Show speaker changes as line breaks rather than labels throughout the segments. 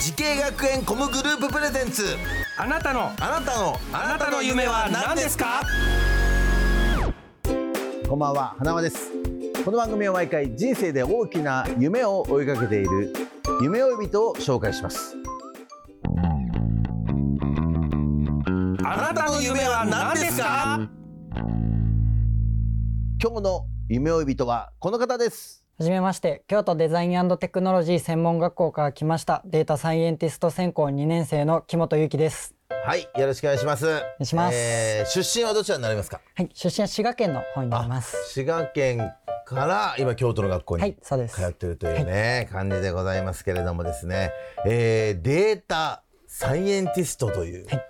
時系学園コムグループプレゼンツ
あなたの
あなたのあなたの夢は何ですか
こんばんは花輪ですこの番組は毎回人生で大きな夢を追いかけている夢追い人を紹介します
あなたの夢は何ですか
今日の夢追い人はこの方です
はじめまして、京都デザインテクノロジー専門学校から来ました、データサイエンティスト専攻2年生の木本ゆきです。
はいよろしくお願いしますお願
いします
出身はどちらになりますか
はい、出身は滋賀県の方になります。
滋賀県から今京都の学校
は
に
い、そうです。
通ってるというね、感じでございますけれどもですね、えーデータサイエンティストという、
はい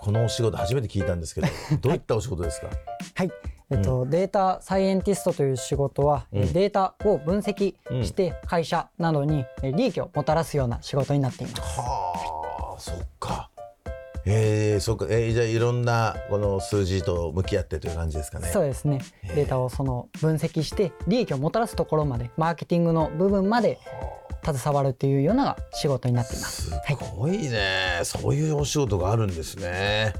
このお仕事初めて聞いたんです けどどういったお仕事ですか、
はい、えっと、データサイエンティストという仕事は、えーデータを分析して会社などにえー利益をもたらすような仕事になっています。
はあそっかえー、そっか、えー、じゃあいろんなこの数字と向き合ってという感じですかね
そうですね。データをその分析して利益をもたらすところまで、マーケティングの部分まで携わるというような仕事になっています。はい。
すごいねそういうお仕事があるんですね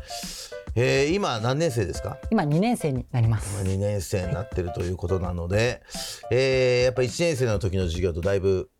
えー、今何年生ですか
今2年生になります。
2年生になってるということなので、えー、やっぱ1年生の時の授業とだいぶ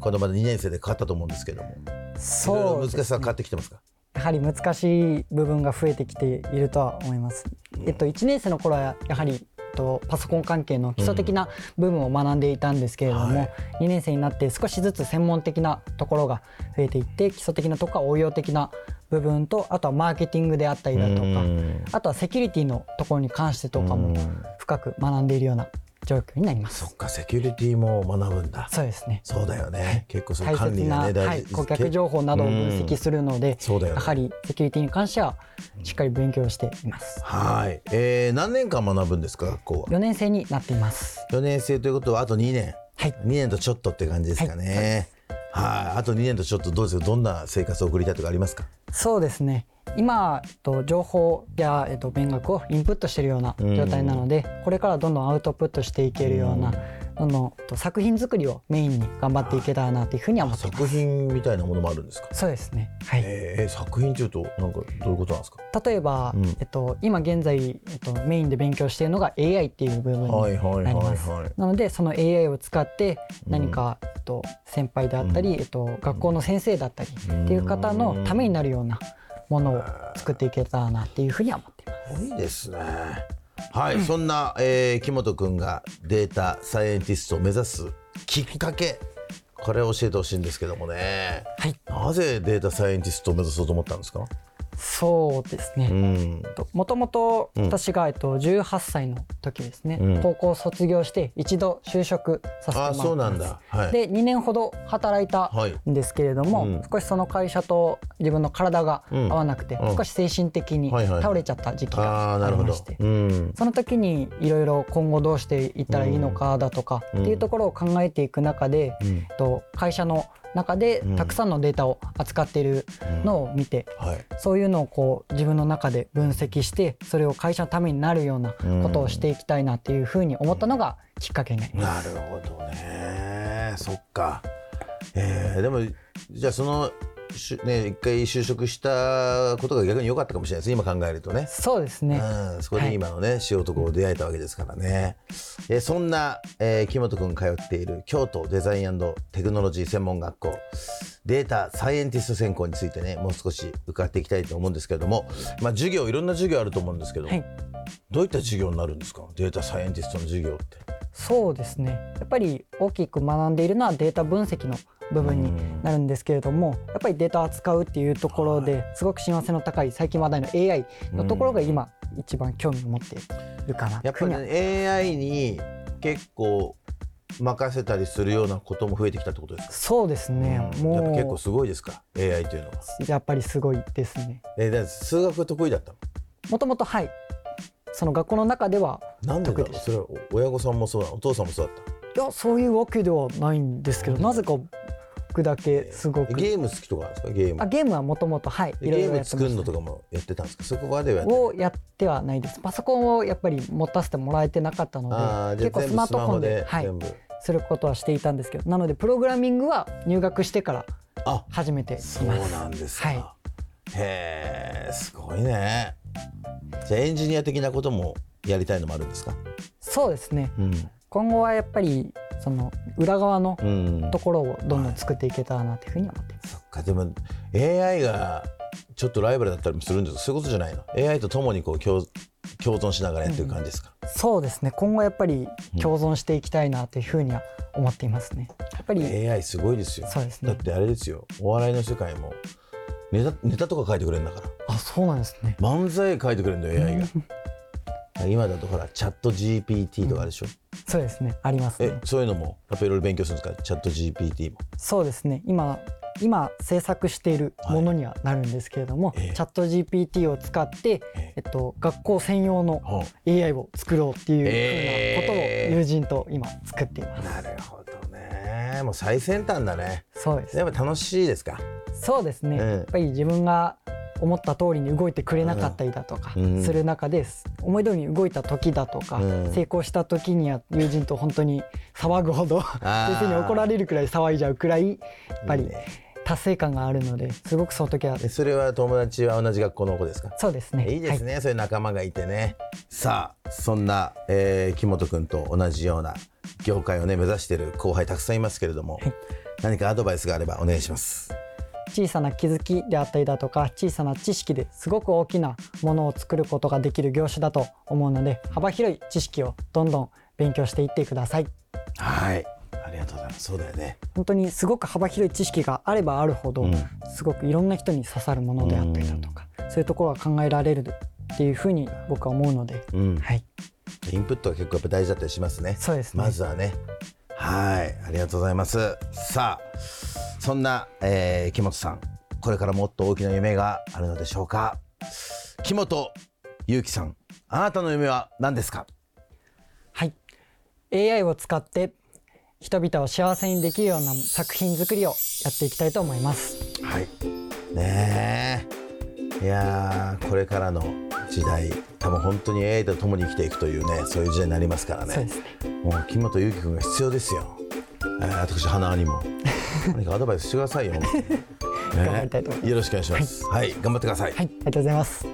このまで2年生で変わったと思うんですけどもいろい
そう
ろ難
で
し
す
さは変わってきてますか
やはり難しい部分が増えてきているとは思います。えっと、1年生の頃はやはりえっとパソコン関係の基礎的な部分を学んでいたんですけれども、
はい
2年生になって少しずつ専門的なところが増えていって基礎的なところは応用的な部分とあとはマーケティングであったりだとか、
うん
あとはセキュリティのところに関してとかも深く学んでいるような状況になります。
そっかセキュリティも学ぶんだ
そうですね
そうだよね結構その
大
管
切
理
な、
がね
は
大
い、
事
顧客情報などを分析するので、
そうだよ
や
ね
はりセキュリティに関してはしっかり勉強しています。
はい、えー、何年間学ぶんですか学校は
4年生になっています。
4年生ということはあと2年、
はい
2年とちょっとって感じですかねはい、あと2年とちょっとどうですかどんな生活を送りたいとかありますか
そうですね。今、えっと、情報や、えっと、勉学をインプットしているような状態なので、これからどんどんアウトプットしていけるような、どんどんえっと作品作りをメインに頑張っていけたらなというふうには思っています。
作品みたいなものもあるんですか
そうですね。はい。
えー、作品というとなんかどういうことなんですか
例えば、
うん
えっと、今現在、えっと、メインで勉強しているのが AI っていう部分に
はいはい
なり
は
ま
い
す
はい。
なのでその AI を使って何か、えっと、先輩であったり、えっと、学校の先生だったりっていう方のためになるようなものを作っていけたらなっていうふうには思っています。
いいですねはい、そんな、えー、木本くんがデータサイエンティストを目指すきっかけこれを教えてほしいんですけどもね
はい、
なぜデータサイエンティストを目指そうと思ったんですか
そうですね、
うん
ともともと私が、えっと、18歳の時ですね、
うん
高校を卒業して一度就職させても
あ
らっ
あ
てます
そうなんだはい
で2年ほど働いた
はい
んですけれども、
うん
少しその会社と自分の体が合わなくて、
うん
少し精神的に
はいはいはい
倒れちゃった時期
ああ
が
な
あ
る
り
ほ
ま
ど
して、
うん
その時にいろいろ今後どうしていったらいいのかだとか
うん
っていうところを考えていく中で、
うん
えっと会社の中で
ん
たくさんのデータを扱っているのを見て、
はい
そういうのをこう自分の中で分析してそれを会社のためになるようなことをしていきたいなっていうふうに思ったのがきっかけになります。
なるほどねそっかえー、でもじゃあそのしゅね一回就職したことが逆に良かったかもしれないですね今考えるとね
そうですね、
うん、そこで
はい
今のね、塩とこう出会えたわけですからね。えーそんな、えー木本くん通っている京都デザインテクノロジー専門学校データサイエンティスト専攻についてね、もう少し伺っていきたいと思うんですけれども、まあ授業いろんな授業あると思うんですけど、
はい
どういった授業になるんですか？データサイエンティストの授業って。
そうですねやっぱり大きく学んでいるのはデータ分析の部分になるんですけれどもやっぱりデータを扱うっていうところですごく親和性の高い最近話題の AI のところが今一番興味を持っているかな
やっぱり、
ふうには
ね、AI に結構任せたりするようなことも増えてきたってことですか
そうですね、
うんやっぱ結構
も
すごいですか AI というのは。
うやっぱりすごいですね
えだって数学得意だったの
もともとはいその学校の中では
なんでだろ
得意
う
でし
それはお親御さんもそうだお父さんもそうだった
いやそういうわけではないんですけどなぜか僕だけすごく
ゲーム好きとかなんですかゲーム
あゲームはもともとはい
ゲ
いろい
ー
ろや
ム
って
作
ま
る
し
の
た
とかもやってたんですかそこまではやってない
をやってはないですパソコンをやっぱり持たせてもらえてなかった
あ
の
あ
で
じゃ
結
あ
構
全
ス
部
マー
ス
ト
マ
フォ
ホ
ンで
で
はい
全部
することはしていたんですけどなのでプログラミングは入学してから
あ
初めています
そうなんですか、
はい
へえすごいねじゃあエンジニア的なこともやりたいのもあるんですか
そうですね
うん、
今後はやっぱりその裏側の
うん、
ところをどんどん作っていけたらなというふうに思っています
そっかでも AI がちょっとライバルだったりもするんですそういうことじゃないの AI と共にこう共共存しながらやってる感じですか、
そうですね今後やっぱり共存していきたいなというふうには思っていますねやっぱり、
AI すごいですよ
そうです
だっ
ね
てあれですよお笑いの世界もネタネタとか書いてくれるんだから
あそうなんですね
漫才書いてくれるの AI が今だとほらチャット GPT とかあるでしょ、
そうですねあります
え
ね
そういうのもやっぱいろいろ勉強するんですかチャット GPT も
そうですね今今制作しているものにはなるんですけれども、
ええ
チャット GPT を使って、
え
えっと、学校専用の
ほう
AI を作ろうっていうふうなこと
ええ
を友人と今作っています。
なるほどねもう最先端だね
そうです。
やっぱ楽しいですか
そうですね。
ええ
やっぱり自分が思った通りに動いてくれなかったりだとか
うん
する中です、思い通りに動いた時だとか、
うん
成功した時には友人と本当に騒ぐほど
ー
先生に怒られるくらい騒いじゃうくらいやっぱ
いい
り
ね
達成感があるのですごくその時は
えそれは友達は同じ学校の子ですか
そうですね。
いいですね、そういう仲間がいてねさあそんな、えー木本君と同じような業界をね目指している後輩たくさんいますけれども、何かアドバイスがあればお願いします
小さな気づきであったりだとか小さな知識ですごく大きなものを作ることができる業種だと思うので幅広い知識をどんどん勉強していってください
はいありがとうございますそうだよね
本当にすごく幅広い知識があればあるほど、
うん
すごくいろんな人に刺さるものであったりだとか、そういうところが考えられるっていうふうに僕は思うので、
うん
はい
インプットが結構やっぱ大事だったりしますね
そうですね
まずはねはいありがとうございますさあそんな、えー木本さんこれからもっと大きな夢があるのでしょうか木本ゆうきさんあなたの夢は何ですか
はい、AI を使って人々を幸せにできるような作品作りをやっていきたいと思います
はい。ねえ。いやーこれからの時代多分本当に AI と共に生きていくというねそういう時代になりますから
そうで
ね
すね
もう木本裕貴君が必要ですよ、えー、私花に も何かアドバイスしてくださいよ、本当に
頑張りたいと思います
よろしくお願いしますはい、頑張ってください、
はいありがとうございます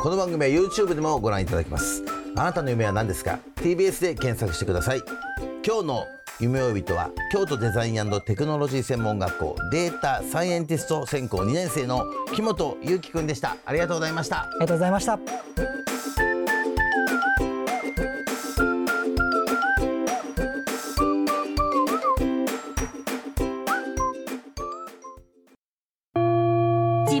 この番組は YouTube でもご覧いただけますあなたの夢は何ですか TBS で検索してください今日の夢追い人は京都デザインテクノロジー専門学校データサイエンティスト専攻2年生の木本裕樹くんでしたありがとうございました
ありがとうございました
自